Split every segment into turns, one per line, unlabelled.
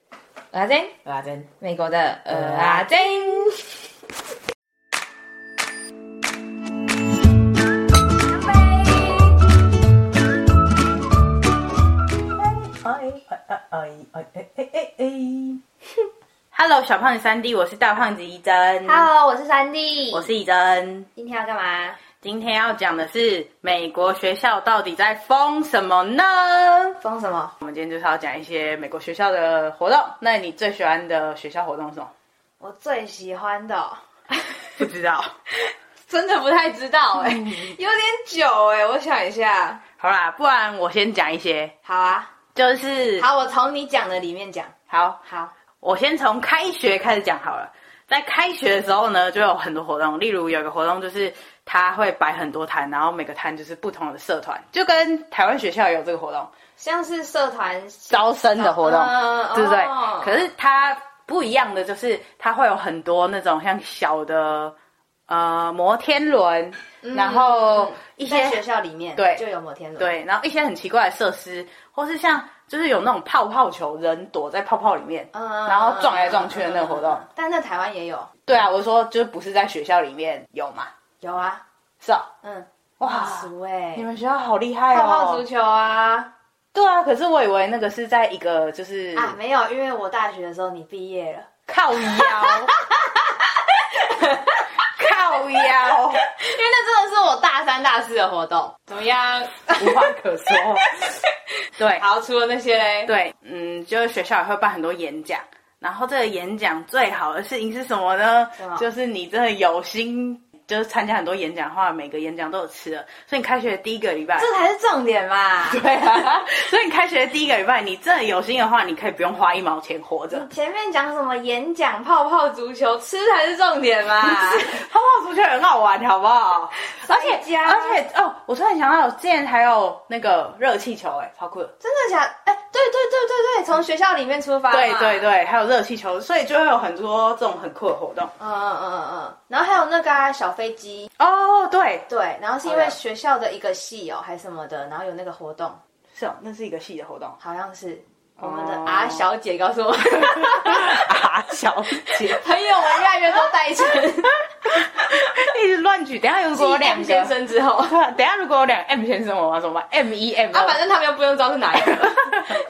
蚵仔煎，
蚵仔煎，
美国的蚵仔煎。
哎哎哎哎哎哎哎哎哎，
Hello，小胖子三弟，我是大胖子一真。
Hello，我是三弟，
我是一真。
今天要干嘛？
今天要讲的是美国学校到底在封什么呢？
封什么？
我们今天就是要讲一些美国学校的活动。那你最喜欢的学校活动 是什么？
我最喜欢的哦、
不知道。
真的不太知道哎、有点久哎、我想一下。
好啦，不然我先讲一些，
好啊，
就是
好，我从你讲的里面讲。
好
好，
我先从开学开始讲好了。在开学的时候呢，就有很多活动，例如有一个活动就是他会摆很多摊，然后每个摊就是不同的社团，就跟台湾学校有这个活动
像是社团
招生的活动，
嗯
对不对？
哦
可是它不一样的就是它会有很多那种像小的呃摩天轮，然后一些
嗯在学校里面
对
就有摩天轮，，
对，然后一些很奇怪的设施，或是像就是有那种泡泡球，人躲在泡泡里面，
嗯
然后撞来撞去的那个活动。
但在台湾也有，
对啊，我说就是不是在学校里面有嘛？
有啊，
是哦，
嗯，
哇，
俗哎、
你们学校好厉害哦！
泡泡足球啊
对啊，可是我以为那个是在一个就是
啊，没有，因为我大学的时候你毕业了，
靠 腰，靠腰，
因为那真的是我大三大四的活动。怎么样？
无话可说。对
好，除了那些嘞，
对，嗯，就是学校也会办很多演讲。然后这个演讲最好的事情是什么呢？
什么
就是你真的有心，就是参加很多演讲的话，每个演讲都有吃的。所以你开学的第一个礼拜，
这才是重点嘛。
对啊， 所以你开学的第一个礼拜，你真的有心的话，你可以不用花一毛钱活着
你。前面讲什么演讲、泡泡足球、吃才是重点 嘛。
泡泡足球很好玩，好不 好？而且
摔跤
而且哦，我突然想到，之前还有那个热气球、哎，超酷的。
真的假？哎、对对对对对，从学校里面出发嘛。
对对对，还有热气球，所以就会有很多这种很酷的活动。
嗯嗯嗯嗯嗯，然后还有那个、啊、小飞机，
哦，对，
对，然后是因
好
为
的
学校的一个系哦，还是什么的，然后有那个活动，。
是哦，那是一个系的活动
好像是我们的
哦
R 小姐告诉 我，
啊，小姐，
朋友们越来越多代称，
一直乱举。等一下如果有两
M
个
先，生之后，
对啊等一下如果有两个 M 先生，我要怎么办？M 一 M
啊，
二
反正他们又不用知道是哪 一个，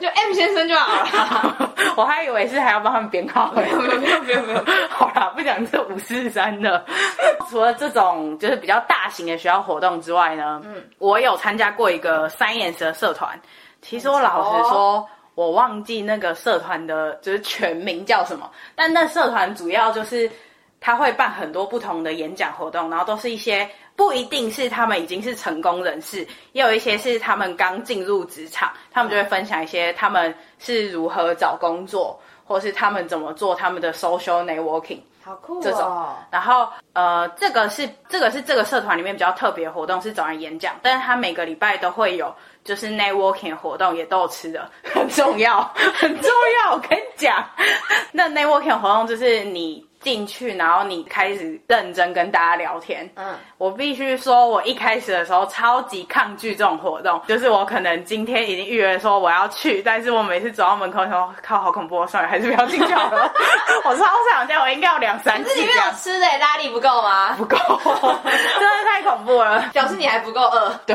就 M 先生就
啊
好了。
我还以为是还要帮他们编 号。没有
没有没有没有没有。
好啦，不讲这五四三了。 除了这种就是比较大型的学校活动之外呢，嗯，我有参加过一个 Science 的社团。其实我老实说，我忘记那个社团的就是全名叫什么，但那社团主要就是。他会办很多不同的演讲活动，然后都是一些不一定是他们已经是成功人士，也有一些是他们刚进入职场，他们就会分享一些他们是如何找工作，或是他们怎么做他们的 social networking。
好酷
这
哦
种！然后呃，这个是这个是这个社团里面比较特别的活动是找人演讲，但是他每个礼拜都会有就是 networking 活动，也都有吃的，很重要， 很重要。我跟你讲， 那 networking 活动就是你进去，然后你开始认真跟大家聊天，
嗯，
我必须说，我一开始的时候超级抗拒这种活动，就是我可能今天已经预约说我要去，但是我每次走到门口的时候，靠，好恐怖哦，算了，还是不要进去好了。 我超想这样，我应该有两三
可
次
是你没
这
有
样，
吃的，拉力不够吗？
不够，真的太恐怖了。
表示你还不够饿，
对，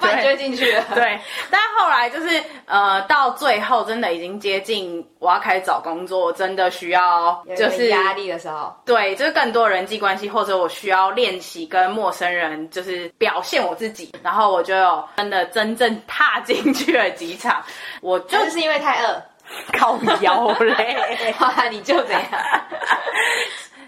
不然你就
对
会进去了。
对，但后来就是呃，到最后真的已经接近我要开始找工作，真的需要
有一
就
个
是
压力的时候，
对，就是更多人际关系，或者我需要练习跟陌生人就是表现我自己，然后我就有真的真正踏进去了几场，我 就
就是因为太 饿。
靠腰 嘞。
好啦，你就怎样？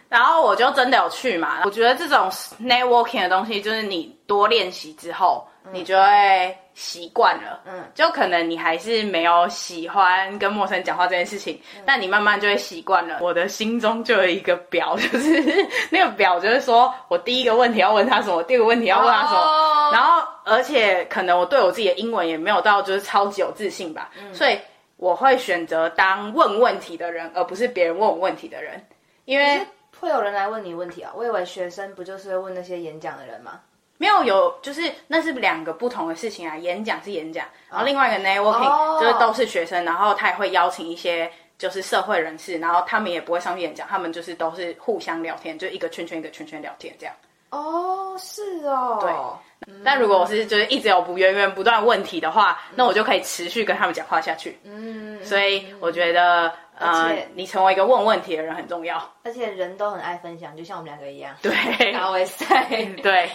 然后我就真的有去嘛。我觉得这种 networking 的东西，就是你多练习之后，你就会习惯了。
嗯
嗯，就可能你还是没有喜欢跟陌生人讲话这件事情，但你慢慢就会习惯了。我的心中就有一个表， 就是那个表，就是说我第一个问题要问他什么，第二个问题要问他什么。
哦
然后，而且可能我对我自己的英文也没有到就是超级有自信吧，所以我会选择当问问题的人，而不是别人问我问题的人，因为
会有人来问你问题啊、我以为学生不就是会问那些演讲的人吗？
没有有，就是那是两个不同的事情啊。演讲是演讲，然后另外一个 networking、
啊哦
就是都是学生，然后他也会邀请一些就是社会人士，然后他们也不会上去演讲，他们就是都是互相聊天，就一个圈圈一个圈圈聊天这样。
哦，是哦，
但如果我是就是一直有不源源不断的问题的话，那我就可以持续跟他们讲话下去。
嗯，
所以我觉得，呃
而且，
你成为一个问问题的人很重要。
而且人都很爱分享，就像我们两个一样。
对，
然后也 塞。
对，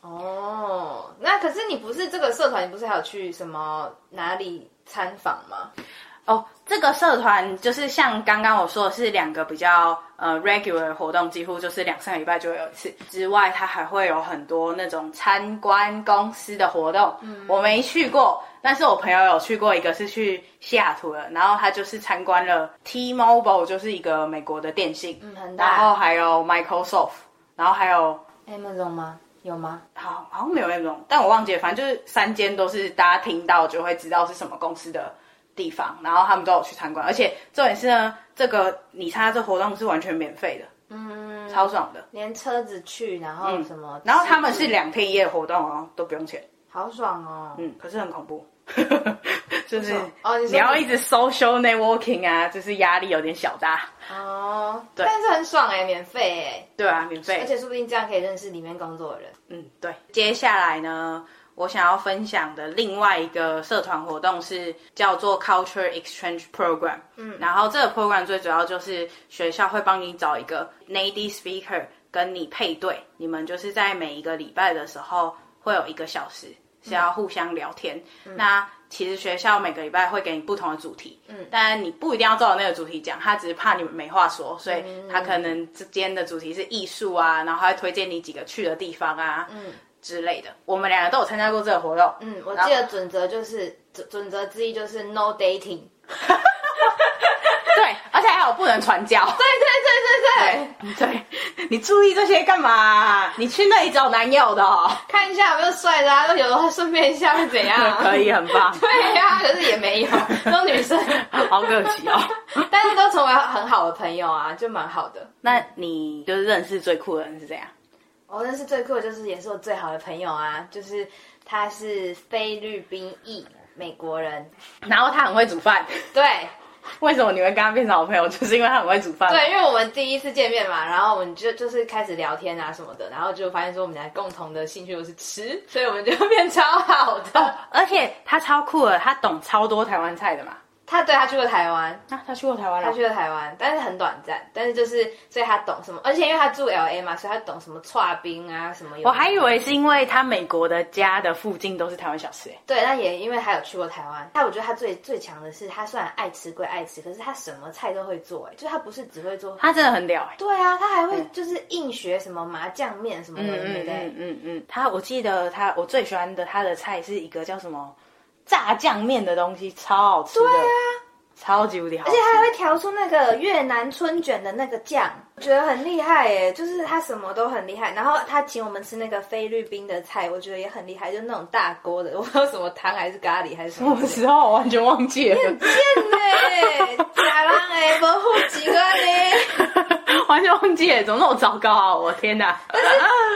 哦，那可是你不是这个社团，你不是还有去什么哪里参访吗？
哦，这个社团就是像刚刚我说的是两个比较呃 regular 的活动，几乎就是两三个礼拜就会有一次。之外，它还会有很多那种参观公司的活动，
嗯
我没去过，但是我朋友有去过，一个是去西雅图的，然后他就是参观了 T-Mobile，就是一个美国的电信，
嗯，很
然后
大。
还有 Microsoft，然后还有
Amazon 吗？有吗？
好啊好像没有那种，但我忘记了，反正就是三间都是大家听到就会知道是什么公司的地方，然后他们都有去参观，而且重点是呢，这个你参加这活动是完全免费的，
嗯，
超爽的。
连车子去，嗯然后什么？
然后他们是两天一夜活动哦，都不用钱，
好爽哦。
嗯，可是很 恐怖，就是
哦，你说
你要一直 social networking 啊，就是压力有点小大。
哦，对，但是很爽哎，免费哎。
对啊，免费
而。且说不定这样可以认识里面工作的人。
嗯，对。接下来呢，我想要分享的另外一个社团活动是叫做 Culture Exchange Program。嗯，然后这个 program 最主要就是学校会帮你找一个 native speaker 跟你配对，你们就是在每一个礼拜的时候会有一个小时是要互相聊天。那其实学校每个礼拜会给你不同的主题，嗯，但你不一定要照着那个主题讲，他只是怕你们没话说，所以他可能之间的主题是艺术啊，然后还会推荐你几个去的地方啊，嗯之类的。我们两个都有参加过这个活动，嗯，
嗯，我记得准则就是准准则之一就是 no dating。
对，而且还有不能传教，
对对对对对，
对，你注意这些干嘛？你去那里找男友的、哦，
看一下有没有帅的啊，有的话顺便一下会怎 样？
可以，很 棒，
对呀、可是也 没有，都女生，
好可惜 哦。
但是都成为很好的朋友啊，就蛮好的。
那你就是认识最酷的人是怎样？
我认识最酷的就是也是我最好的朋友啊，就是他是菲律宾裔美国人，
然后他很会煮饭，
对
为什么你会跟他变成好朋友？ 就是因为他很会煮饭。
对，因为我们第一次见面嘛，然后我们就就是开始聊天啊什么的，然后就发现说我们俩共同的兴趣都是吃， 所以我们就变超好 的。
而且他超酷的，他懂超多台湾菜的嘛。
他对他去过台湾，
啊，他去过台湾
他
了。
去了台湾，但是很短暂，但是就是，所以他懂什么，而且因为他住 L A 嘛，所以他懂什么串冰啊什么有。
我还以为是因为他美国的家的附近都是台湾小吃、欸，
对，那也因为他有去过台湾，但我觉得他最最强的是，他虽然爱吃归爱吃，可是他什么菜都会做、哎，就他不是只会做。
他真的很屌哎、
对啊，他还会就是硬学什么麻酱面什么的，对不对？
嗯嗯嗯，他我记得他我最喜欢的他的菜是一个叫什么炸酱面的东西，超好吃的，对啊，超级无敌好吃。
而且他还会调出那个越南春卷的那个酱，觉得很厉害耶！就是他什么都很厉害。然后他请我们吃那个菲律宾的菜，我觉得也很厉害，就是那种大锅的，我 不知道什么汤还是咖喱还是什么
我。时候我完全 忘记了，
对，假人哎，无户籍个呢？
完全忘记了，怎么那么糟糕啊！我天 哪！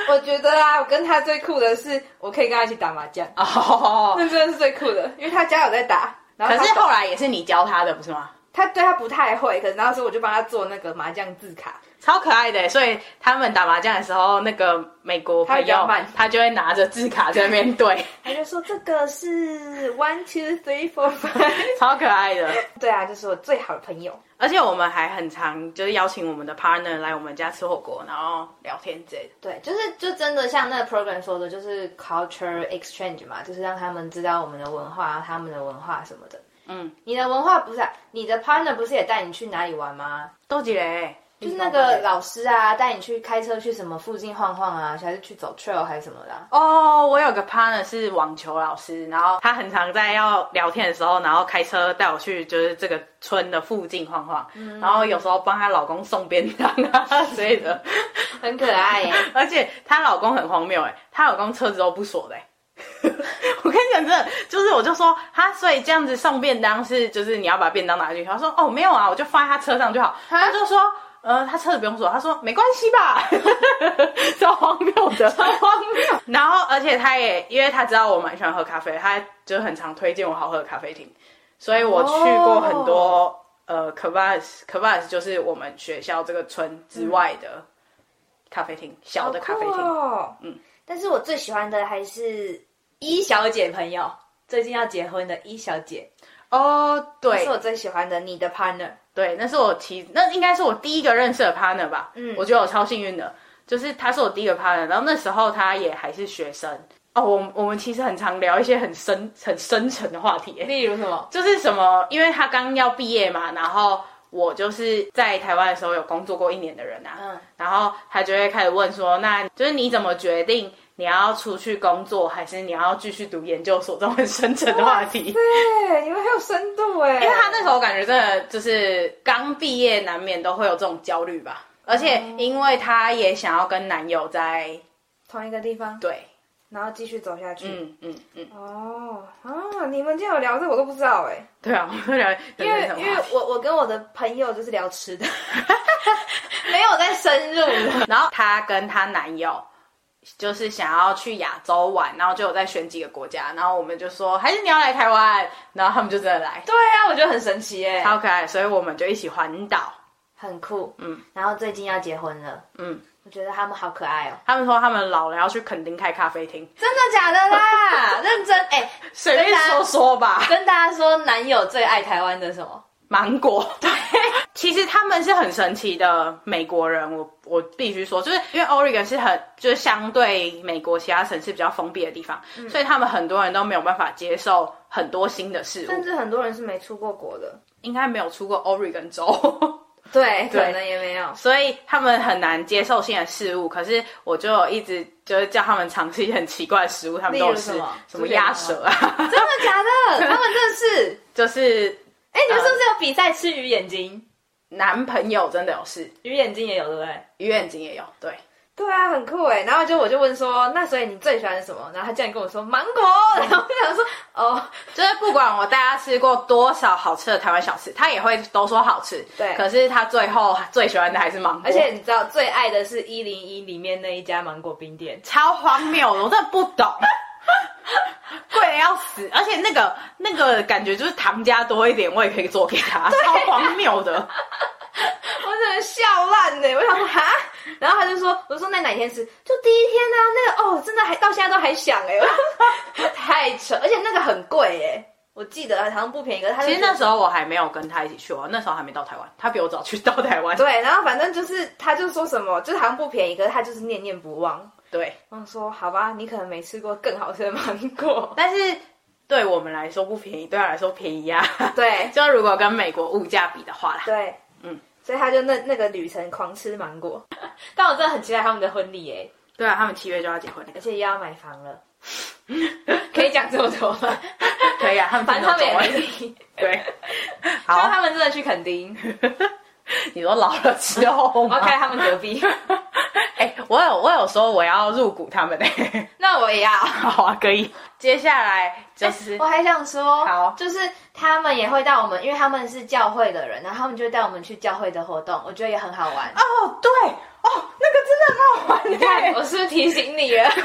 我觉得啊，我跟他最酷的是，我可以跟他一起打麻将，
哦，
那真的是最酷的，因为他家有在打。然后
可
他
是后来也是你教他的，不是吗？
他对他不太会，可是然后所以我就帮他做那个麻将字卡。
超可爱的欸，所以他们打麻将的时候，那个美国朋
他
友
摇板
他就会拿着字卡在那边对，
他就说这个是 one two three four five，
超可爱的。
对啊，就是我最好的朋友。
而且我们还很常就是邀请我们的 partner 来我们家吃火锅，然后聊天之类的。
对，就是就真的像那个 program 说的，就是 culture exchange 嘛，就是让他们知道我们的文化，他们的文化什么的。
嗯，
你的文化不是、啊、你的 partner 不是也带你去哪里玩吗？
豆姐嘞，
就是那个老师啊，带你去开车去什么附近晃晃啊，还是去走 trail 还是什么的啊、
哦，我有个 partner 是网球老师，然后他很常在要聊天的时候，然后开车带我去就是这个村的附近晃晃，然后有时候帮她老公送便当啊之类的。
很可爱 耶。
而且她老公很荒谬哎、她老公车子都不锁的、 欸。我跟你讲，真的就是，我就说他，所以这样子送便当是，就是你要把便当拿进去。他说哦，没有啊，我就放在他车上就好。他就说，呃，他车子不用锁。他说没关系吧， 超荒谬的，超荒谬。然后，而且他也，因为他知道我蛮喜欢喝咖啡，他就很常推荐我好喝的咖啡厅，所以我去过很多呃 k a v a s k a v a s 就是我们学校这个村之外的咖啡厅，小的咖啡厅。
哦，嗯，但是我最喜欢的还是一小姐朋友，最近要结婚的一小姐，
哦，
这
对
是我最喜欢的你的 partner。
对，那是我其那应该是我第一个认识的 partner 吧。嗯，我觉得我超幸运的，就是他是我第一个 partner，然后那时候他也还是学生。哦，我我们其实很常聊一些很深很深沉的话题、欸
例如什么？
就是什么，因为他刚要毕业嘛，然后我就是在台湾的时候有工作过一年的人啊，
嗯
然后他就会开始问说，那就是你怎么决定你要出去工作，还是你要继续读研究所这种很深沉的话
哦
题？
对，你们很有深度哎，
因为他那时候感觉真的就是刚毕业，难免都会有这种焦虑吧。而且因为他也想要跟男友在
同一个地方，
对，
然后继续走下去。
嗯嗯嗯，
哦啊，你们今天有聊这我都不知道哎，
对啊，我们聊
因为因为我我跟我的朋友就是聊吃的， 没有再深入了。
然后她跟她男友就是想要去亚洲玩，然后就有在选几个国家，然后我们就说还是你要来台湾，然后他们就真的来，
对啊，我觉得很神奇哎，
超可爱，所以我们就一起环岛。
很酷。
嗯，
然后最近要结婚了，
嗯，
我觉得他们好可爱哦。
他们说他们老了要去垦丁开咖啡厅，
真的假的 啦？认真哎、
随便说说吧。
跟大家说，男友最爱台湾的什么？
芒果， 对，其实他们是很神奇的美国人，我我必须说，就是因为 Oregon 是很就是相对美国其他城市比较封闭的地方，
嗯
所以他们很多人都没有办法接受很多新的事
甚
物，
至很多人是没出过国的，
应该没有出过 Oregon 州。
对，
对
可能也没有。
所以他们很难接受新的事物。可是我就有一直就是叫他们尝试一些很奇怪的食物，他们都有吃
例如什么
什么鸭舌啊，
真的假 的？他们真的是？
就是
哎、你们是不是有比赛吃鱼眼睛？
男朋友真的有事，
鱼眼睛也有，对不对？
鱼眼睛也有，对，
对啊，很酷哎。然后就我就问说，那所以你最喜欢什么？然后他竟然跟我说芒 果，然后我就想说，哦，
就是不管我带他吃过多少好吃的台湾小吃，他也会都说好吃，
对
可是他最后最喜欢的还是芒果，
而且你知道最爱的是一零一里面那一家芒果冰店，
超荒谬的，我真的不懂。 贵的要死，而且那个那个感觉就是糖加多一点，我也可以做给 他，超荒谬的。
我真的笑烂欸呢、我想说哈，然后他就说，我说那哪天吃？就第一天啊，那个哦，真的还到现在都还想哎、太扯，而且那个很贵哎、我记得好像不便宜，可是他就
其实那
觉
时候我还没有跟他一起去玩，那时候还没到台湾，他比我早去到台湾。
得对，然后反正就是他就说什么，就是好像不便宜，可是他就是念念不忘。
对，
我想说好吧，你可能没吃过更好吃的芒 果，
但是对我们来说不便宜，对他来说便宜呀、啊。
对
就如果跟美国物价比的话啦，
对，
嗯，
所以他就那那个旅程狂吃芒果， 但我真的很期待他们的婚礼哎、
对啊，他们七月就要结婚了，
而且又要买房了， 可以讲这么多吗？
可以啊，他们
反正他们也
听得懂
没听。
对。
希望
好，
他们真的去垦丁
你说老了之后 吗
，OK，他们隔壁。
哎、我有我有说我要入股他们呢、欸，
那我也要。
好啊，可以。接下来就是、
哎我还想说，
好
就是他们也会带我们，因为他们是教会的人，然后他们就带我们去教会的活动，我觉得也很好玩。
哦，对哦，那个真的很好玩、欸，
你看，我是不是提醒你了？
对，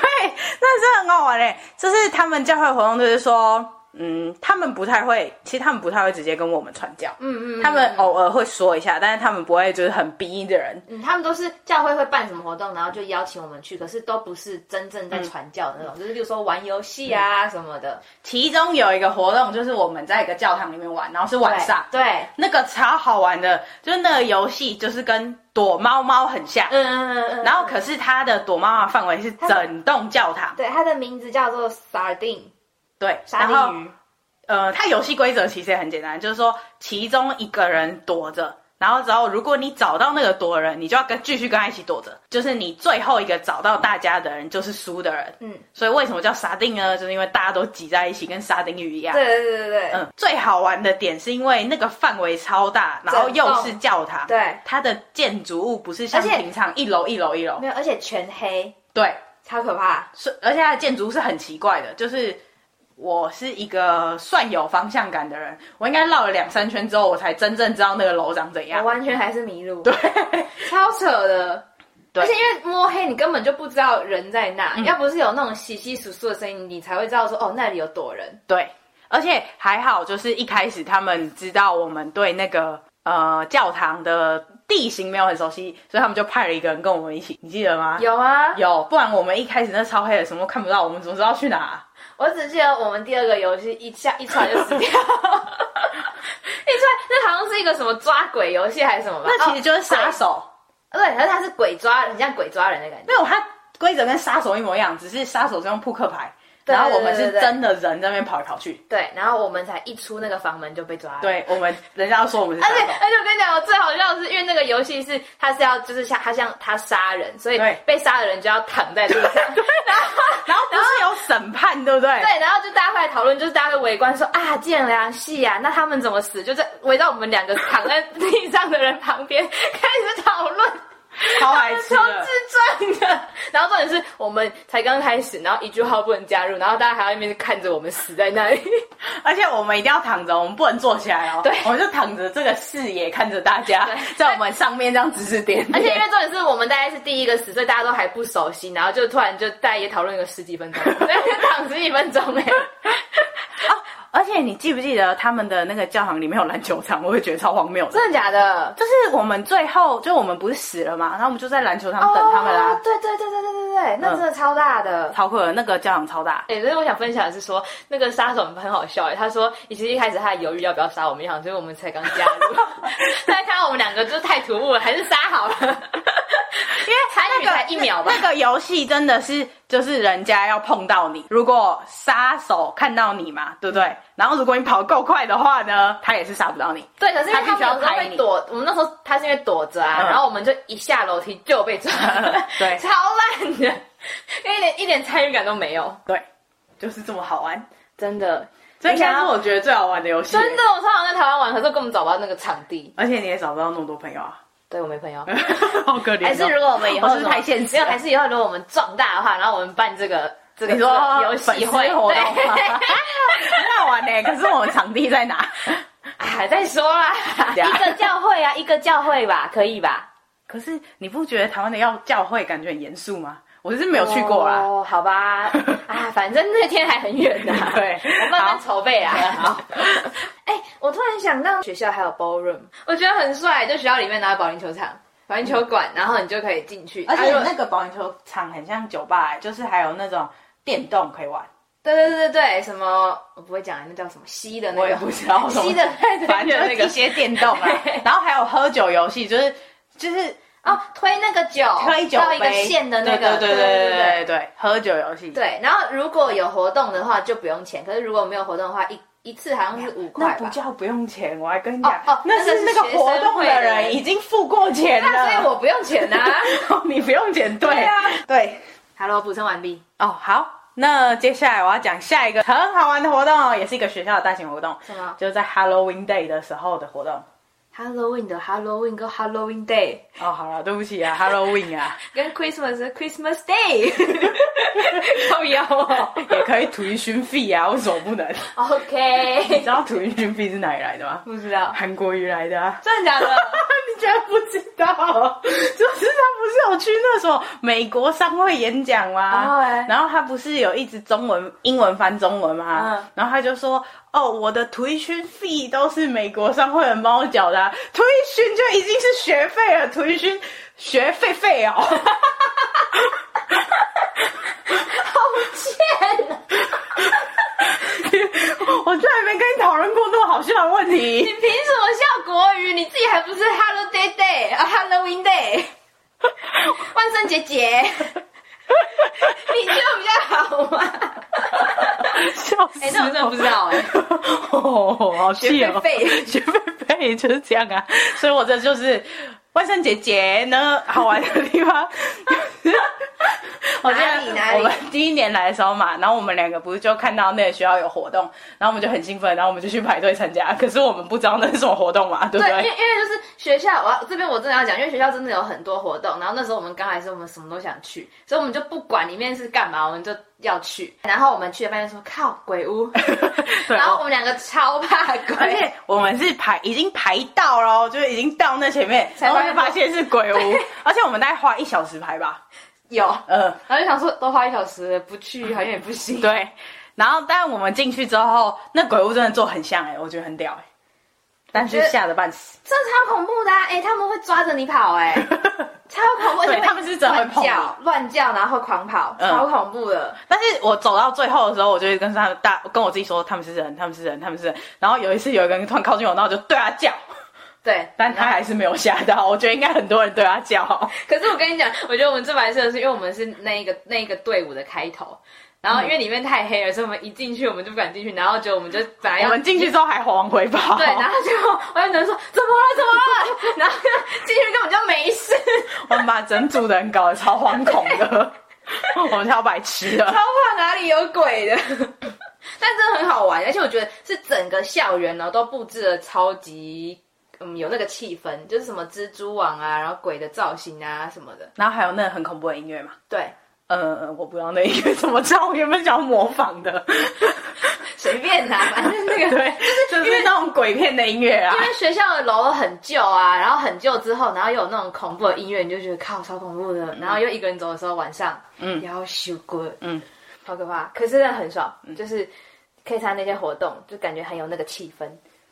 那是很好玩嘞。就是他们教会活动，就是说，嗯，他们不太会，其实他们不太会直接跟我们传教，
嗯嗯，
他们偶尔会说一下，但是他们不会就是很逼的人。
嗯，他们都是教会会办什么活动，然后就邀请我们去，可是都不是真正在传教的
嗯
那种，就是比如说玩游戏啊什么的。
其中有一个活动就是我们在一个教堂里面玩，然后是晚上，
对，对
那个超好玩的，就是那个游戏就是跟躲猫猫很像，
嗯嗯嗯嗯。
然后可是它的躲猫猫范围是整栋教堂，
对，它的名字叫做 sardine
对，
沙
然后
丁鱼。
呃，它游戏规则其实也很简单，就是说其中一个人躲着，然后之后如果你找到那个躲的人，你就要跟继续跟他一起躲着，就是你最后一个找到大家的人就是输的人。
嗯，
所以为什么叫沙丁呢？就是因为大家都挤在一起，跟沙丁鱼一样。
对对对对对，
嗯，最好玩的点是因为那个范围超大，然后又是教堂，
对
它的建筑物不是像
而且
平常一楼一楼一楼
没，有，而且全黑，
对，
超可怕。
是而且它的建筑是很奇怪的，就是我是一个算有方向感的人，我应该绕了两三圈之后，我才真正知道那个楼长怎
我
样。
完全还是迷路，对，超扯的。
对嗯
而且因为摸黑，你根本就不知道人在哪，要不是有那种稀稀疏疏的声音，你才会知道说哦那里有躲人。
对，而且还好，就是一开始他们知道我们对那个呃教堂的地形没有很熟悉，所以他们就派了一个人跟我们一起，你记得吗？
有啊，
有，不然我们一开始那超黑的，什么都看不到，我们怎么知道去哪？
我只记得我们第二个游戏一下一船就死掉，一 船那好像是一个什么抓鬼游戏还是什么吧？
那其实就是啊杀手，
哦对，可是它是鬼抓，很像鬼抓人的感觉。
没有它规则跟杀手一模一样，只是杀手是用扑克牌，
对
然后我们
对
是
对对
真的人在那边跑来跑去。
对，然后我们才一出那个房门就被抓了。
对我们，人家说我们是杀
而且
手，
而哎且我跟你讲，我最好笑的是，因为那个游戏是他是要就是像他像他杀人，所以
对
被杀的人就要躺在地上，然后
然后不是有审判，对不对？
对，然后就大家会来讨论，就是大家会围观说啊，建良戏啊，那他们怎么死？就是围到我们两个躺在地上的人旁边开始讨 论，
超白痴
超
的。
智障的。然后重点是我们才刚开始，然后一句话不能加入，然后大家还要一边看着我们死在那里。
而且我们一定要躺着，我们不能坐起来哦。
对
我们就躺着，这个视野看着大家在我们上面这样指指点点。
而且因为重点是我们大概是第一个死，所以大家都还不熟悉，然后就突然就大家也讨论个十几分 钟，在那边躺十几分钟哎、
而且你记不记得他们的那个教堂里面有篮球场？我会觉得超荒谬的。
真的假的？
就是我们最后，就我们不是死了嘛，然后我们就在篮球场等他们啦、
哦对对对对对对对，那真的超大的。
超酷的，那个教堂超大，
哎、所以我想分享的是说，那个杀手很好笑哎、他说，其实一开始他还犹豫要不要杀我们一样，所以我们才刚加 入。但是看到我们两个就是太突兀了，还是杀好了，因为才那才一秒吧
那。个游戏真的是，就是人家要碰到你，如果杀手看到你嘛，对不对？然后如果你跑得够快的话呢，他也是杀不到你。
对，可是因为他
他必须
们
要
有时候
拍你
会躲，我们那时候他是因为躲着啊，
嗯，
然后我们就一下楼梯就被抓了
对
超烂的，一点一点参与感都没有，
对，就是这么好玩。
真的，
这应该是我觉得最好玩的游戏。
真的，我超想在台湾玩，可是我根本找不到那个场地，
而且你也找不到那么多朋 友啊，
对我没朋友。
好可怜哦、
还是如果我们以后
我是不是太现实
没
了
有，还是以后如果我们壮大的话，然后我们办这个这个
你说
游
粉
戏
丝
会
活动吗？
对
很好玩呢、可是我们场地在哪？
哎，再说啦，
对啊
一个教会啊，一个教会吧，可以吧？
可是你不觉得台湾的要教会感觉很严肃吗？我是没有去过啊啦。
哦，好吧，啊，反正那天还很远啊呢、
对
我慢慢
好
筹备啦。
好，
哎、我突然想到学校还有 ballroom，我觉得很帅，就学校里面拿保龄球场、保龄球馆，然后你就可以进去，
而且
啊如果
那个保龄球场很像酒吧、就是还有那种电动可以玩。
对对对对对，什么我不会讲，那叫什么吸的那个，
我也不知道什么
吸的太
反正就是一些电动啊
对，
然后还有喝酒游戏，就是就是
哦，推那个酒，
推酒
到一个
杯
线的那个，
对对对对对对对，喝酒游戏。
对然后如果有活动的话就不用钱，可是如果没有活动的话，一一次好像是五块
那不
吧。
叫不用钱，我还跟你讲，
哦哦
那是那
那个是
个活动
学生
的
会的
人已经付过钱了，
那所以我不用钱啊呐、
你不用剪对
对啊，
对
好了，我补充完毕。
哦好。那接下来我要讲下一个很好玩的活动哦，也是一个学校的大型活动，
什么
就是在 Halloween Day 的时候的活动。
Halloween 的 Halloween 跟 Halloween Day
哦，好了，对不起啊，Halloween 啊，
跟 Christmas 的 Christmas Day，靠腰哦。
也可以土一熏费啊，为什么不能？你知
OK，
道土一熏费是哪里来的 吗？
不知道，
韩国瑜来的啊。
真的假的？
你居然不知道？就是他不是有去那什么美国商会演讲吗？
然后嘞
然后他不是有一直中文、英文翻中文吗？
嗯
然后他就说：“哦，我的推勋 fee 都是美国商会人帮我缴的、啊，推勋就已经是学费了，推勋学费费哦。”
贱啊，
我居然没跟你讨论过那么好笑的问题
你。凭什么笑国语？你自己还不是 Holiday Day 啊，Halloween Day，万圣节节，你就比较好嘛。
笑死！
哎、那我真的不知道哎、
哦，好气哦！
学费费
学费费就是这样啊，所以我这就是万圣节节呢好玩的地方。我记
哪里哪里
得我们第一年来的时候嘛，然后我们两个不是就看到那个学校有活动，然后我们就很兴奋，然后我们就去排队参加。可是我们不知道那是什么活动嘛，对不
对，因
对？
为因为就是学校，我要这边我真的要讲，因为学校真的有很多活动。然后那时候我们刚来的时候，我们什么都想去，所以我们就不管里面是干嘛，我们就要去。然后我们去了，发现说靠鬼屋，
对
然
哦
后我们两个超怕
而
鬼，
且我们是排已经排到喽，就是已经到那前面，
才
然后就
发
发现是鬼屋，而且我们大概花一小时排吧，
有，
呃，
然后就想说都花一小时了，不去好像也不行。
欸对，然后但我们进去之后，那鬼屋真的做很像哎、我觉得很屌哎、但
我
是
觉得
吓得半死。
这超恐怖的、啊，哎、他们会抓着你跑、 哎，超恐怖，而且
对
会
他们是真的会
乱
碰你
叫，乱叫，然后会狂跑，
嗯
超恐怖的。
但是我走到最后的时候，我就会跟他们大跟我自己说他们是人，他们是人，他们是人。然后有一次有一个人突然靠近我，然后我就对他叫，
对，
但他还是没有吓到。我觉得应该很多人对他叫。
可是我跟你讲，我觉得我们最白色的是，因为我们是那一个那一个队伍的开头，然
嗯
后因为里面太黑了，所以我们一进去我们就不敢进去，然后就我们就本来
我
要
们进哦去之后还往回跑，
对，然后就我有人说怎么了怎么了， 然后进去根本就没事，
我们把整组的人搞得超惶恐的， 我们超白痴的
超。怕哪里有鬼的。 但真的很好玩，而且我觉得是整个校园呢都布置的超级。嗯，有那个气氛，就是什么蜘蛛网啊，然后鬼的造型啊什么的。
然后还有那很恐怖的音乐嘛，
对，
呃，我不知道那音乐怎么唱，我原本想要模仿的，
随便啦、反正 那个
对，就是因为那种鬼片的音乐啊
因。为学校的楼很旧啊，然后很旧之后，然后又有那种恐怖的音乐，你就觉得靠超恐怖的。然后又一个人走的时候，晚上嗯，要修过，
嗯，
好可怕。可是真的很爽，就是可以参加那些活动，就感觉很有那个气氛。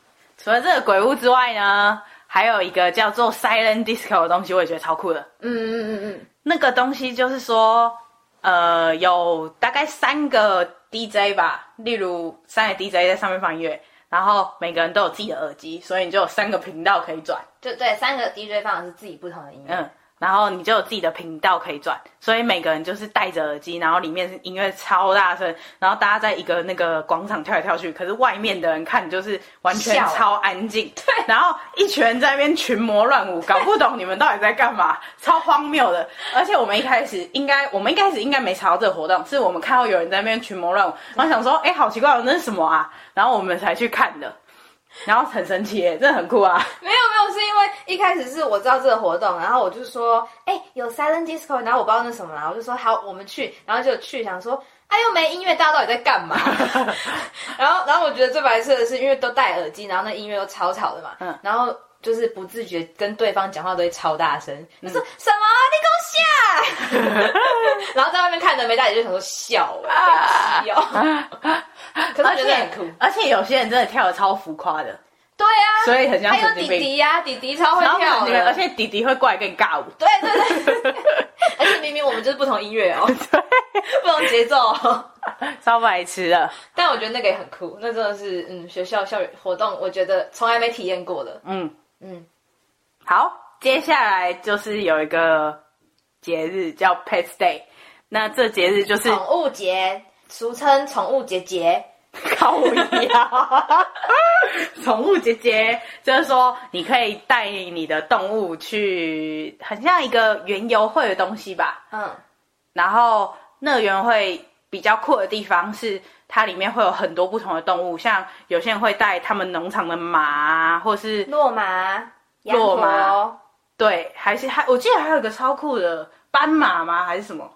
除了这个鬼屋之外呢，还有一个叫做 Silent Disco 的东西，我也觉得超酷的。
嗯嗯嗯嗯，
那个东西就是说，呃，有大概三个 DJ 吧，例如三个 DJ 在上面放音乐，然后每个人都有自己的耳机，所以你就有三个频道可以转，
就对，三个 DJ 放的是自己不同的音乐。
嗯，然后你就有自己的频道可以转，所以每个人就是戴着耳机，然后里面是音乐超大声，然后大家在一个那个广场跳来跳去，可是外面的人看就是完全
笑
超安静，对，然后一群人在那边群魔乱舞，搞不懂你们到底在干嘛， 超荒谬的。而且我们一开始应该，我们一开始应该没查到这个活动，是我们看到有人在那边群魔乱舞，然后想说，哎、好奇怪哦，那是什么啊？然后我们才去看的。然后很神奇耶，真的很酷啊！
没有没有，是因为一开始是我知道这个活动，然后我就说，哎、有 silent disco，然后我不知道那什么啦，我就说好，我们去，然后就去，想说，哎、又没音乐，大家到底在干 嘛？然后然后我觉得最白痴的是，因为都戴耳机，然后那音乐又超吵的嘛，
嗯
然后就是不自觉跟对方讲话都会超大声，
嗯
就说、什么你给我下， 然后在外面看着没大姐就想说笑啊，笑， 可是我
而
觉
且
得很酷，
而且有些人真的跳的超浮夸的，
对啊，
所以很像
还有
神经
弟
病
弟呀、弟弟超会
然后
哦跳
那个
的，
而且弟弟会过来跟你 尬舞，
对对对，而且明明我们就是不同音乐哦，不同节奏、哦，
超白痴的。
但我觉得那个也很酷，那真的是嗯学校校园活动，我觉得从来没体验过的。
嗯
嗯，
好，接下来就是有一个节日叫 Pet Day，那这节日就是
宠物节，俗称宠物节节，
靠腰，宠物姐姐，就是说你可以带你的动物去，很像一个园游会的东西吧。
嗯，
然后那个园游会比较酷的地方是，它里面会有很多不同的动物，像有些人会带他们农场的马，或是
落马，羊
落马
驼，
对，还是还我记得还有一个超酷的斑马吗？还是什么？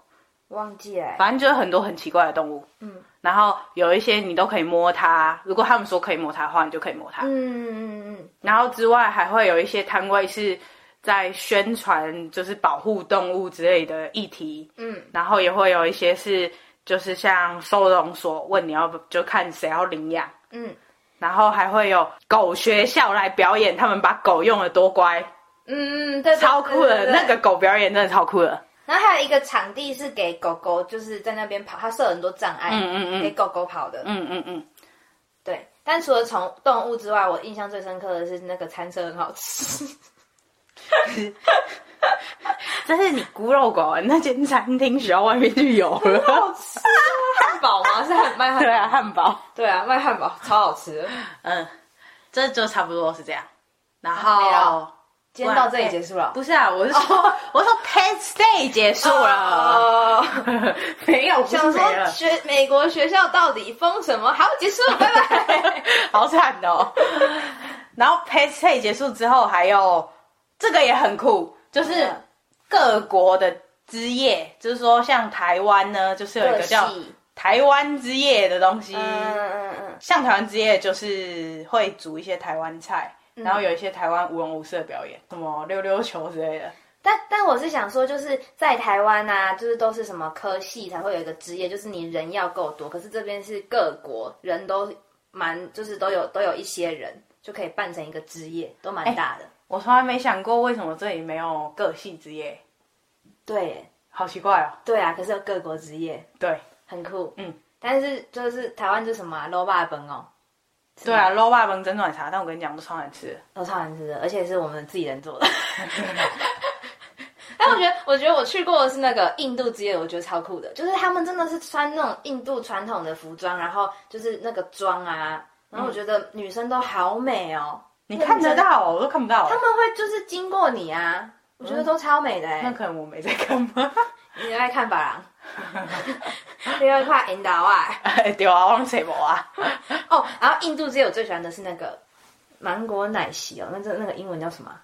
忘记了、
反正就是很多很奇怪的动物。
嗯
然后有一些你都可以摸它，如果他们说可以摸它的话，你就可以摸它。
嗯嗯嗯
然后之外还会有一些摊位是在宣传，就是保护动物之类的议题。
嗯
然后也会有一些是就是像收容所问你要不就看谁要领养，
嗯
然后还会有狗学校来表演，他们把狗用的多乖，
嗯，对，对
超酷的。那。
对对
个
对
狗表演真的超酷的。
然后还有一个场地是给狗狗，就是在那边跑，它设很多障碍，
嗯嗯嗯
给狗狗跑的。
嗯嗯嗯，
对，但除了宠动物之外，我印象最深刻的是那个餐车很好 吃。
但嗯是你孤肉狗、啊，那间餐厅学校外面就 有了。
汉堡吗？是汉卖汉堡？
对啊，，汉堡。
对啊，卖汉堡超好吃的。
嗯，这就差不多是这样。然
没
后
了今天到这里结束了。
不是啊，我是说，我是说 Pet Stay 结束了，
哦，
没有，不是
想
没了
说学美国学校到底封什么？好，结束了，拜 拜。
好惨哦。然后 Pet Stay 结束之后，还有这个也很酷，就是
嗯
各国的之夜，就是说像台湾呢，就是有一个叫台湾之夜的东西。
嗯嗯嗯
像台湾之夜就是会煮一些台湾菜，
嗯
然后有一些台湾舞龙舞狮的表演，什么溜溜球之类的。
但但我是想说，就是在台湾啊，就是都是什么科系才会有一个职业，就是你人要够多。可是这边是各国人都蛮，就是都有都有一些人，就可以办成一个枝叶，都
哎
蛮大的。
我从来没想过为什么这里没有各系之夜，
对耶，
好奇怪哦。
对啊，可是有各国枝叶，
对
很酷。
嗯，
但是就是台湾就什么啊，肉霸本哦，
对啊，low 霸崩珍奶茶，但我跟你讲，都超难吃的。
都超难吃的，而且是我们自己人 做的。但我觉得，我觉得我去过的是那个印度之夜，我觉得超酷的，就是他们真的是穿那种印度传统的服装，然后就是那个妆啊，然后我觉得女生都好美哦，
嗯你看得到、哦，我都看不到、
他们会就是经过你啊，我觉得都超美的哎、
那可能我没在看吧。
你爱看法郎，另外一块引导啊，
哎 对啊，我拢找无啊。
哦，然后印度之夜我最喜欢的是那个芒果奶昔哦，那这那个英文叫什么啊？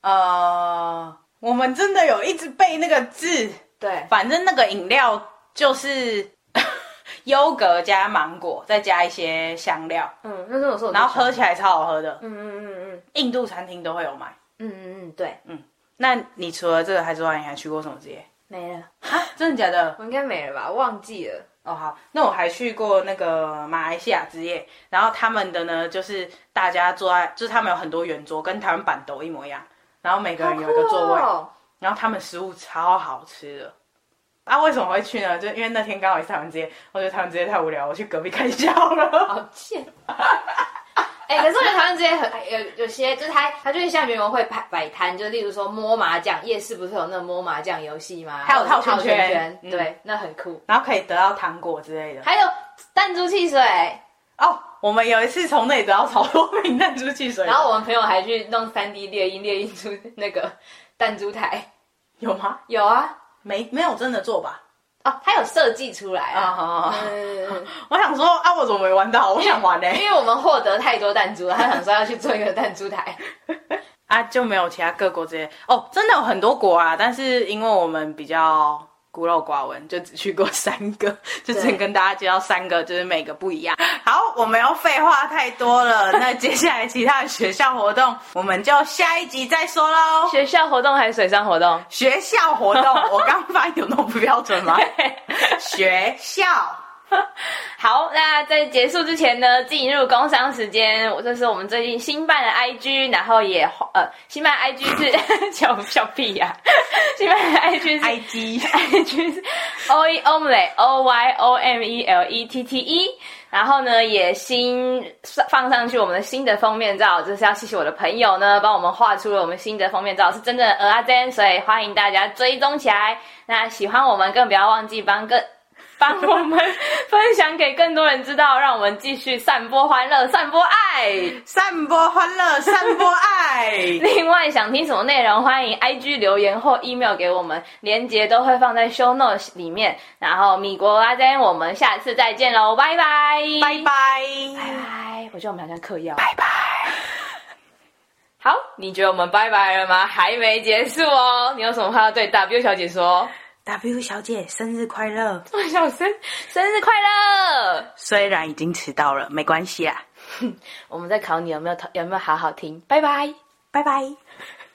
呃，我们真的有一直背那个字，
对，
反正那个饮料就是 优格加芒果，再加一些香料，
嗯，那是我说我最
然后
喜欢
喝起来超好喝的。
嗯嗯嗯
印度餐厅都会有卖。
嗯嗯嗯，对，
那你除了这个还之外，你还去过什么街？
没了，
真的假的？
我应该没了吧？忘记了。
哦，好，那我还去过那个马来西亚之夜，然后他们的呢，就是大家坐在，就是他们有很多圆桌，跟台湾板斗一模一样，然后每个人有一个座位，
好酷哦
然后他们食物超好吃的。啊，为什么会去呢？就因为那天刚好是台湾之夜，我觉得台湾之夜太无聊，我去隔壁看笑了。
好贱。 哎、可是我觉得台湾之夜很有有些，就是他他就是像原文会摆摆摊，就例如说摸麻将，夜市不是有那种摸麻将游戏吗？还
有套圈
圈
圈嗯
对，那很酷。
然后可以得到糖果之类的。
还有弹珠汽水，
哦，我们有一次从那里得到超多瓶弹珠汽水的，
然后我们朋友还去弄三 D 猎鹰，猎鹰出那个弹珠台，
有吗？
有啊，
没没有真的做吧？
哦，他有设计出来
啊，
啊。
好好好
嗯，
我想说啊，我怎么没玩到？我想玩欸呢、
因为我们获得太多弹珠了，他想说要去做一个弹珠 台。
啊，就没有其他各国这些哦，真的有很多国啊，但是因为我们比较孤陋寡闻，就只去过三个，就只能跟大家介绍三个，就是每个不一样。好，我们要废话太多了，那接下来其他的学校活动，我们就下一集再说喽。
学校活动还是水上活动？
学校活动，我刚发音有那么不标准 吗？学校，
好，那在结束之前呢，进入工商时间，我这是我们最近新办的 IG，然后也呃，新办的 IG 是 小小屁呀、新办的 IG 是
G
IG 是 O E Omle O Y O M E L E T T E，然后呢也新放上去我们的新的封面照，就是要谢谢我的朋友呢帮我们画出了我们新的封面照，是真正的鹅阿珍，所以欢迎大家追踪起来。那喜欢我们更不要忘记帮更。帮我们 分享给更多人知道，让我们继续散播欢乐，散播爱。
散播欢乐，散 播 爱。
另外，想听什么内容，欢迎 IG 留言或 email 给我们，连接都会放在 show notes 里面。然后，米国阿珍，我们下次再见喽，拜拜，
拜拜，
拜。我觉得我们好像嗑药。
拜拜。
好，你觉得我们拜拜了吗？还没结束哦。你有什么话要对 W 小姐 说？
W 小姐生日快乐！
这么小声，生日快乐！
虽然已经迟到了，没关系啊，
我们在考你有没有有没有好好听，拜拜。
拜拜。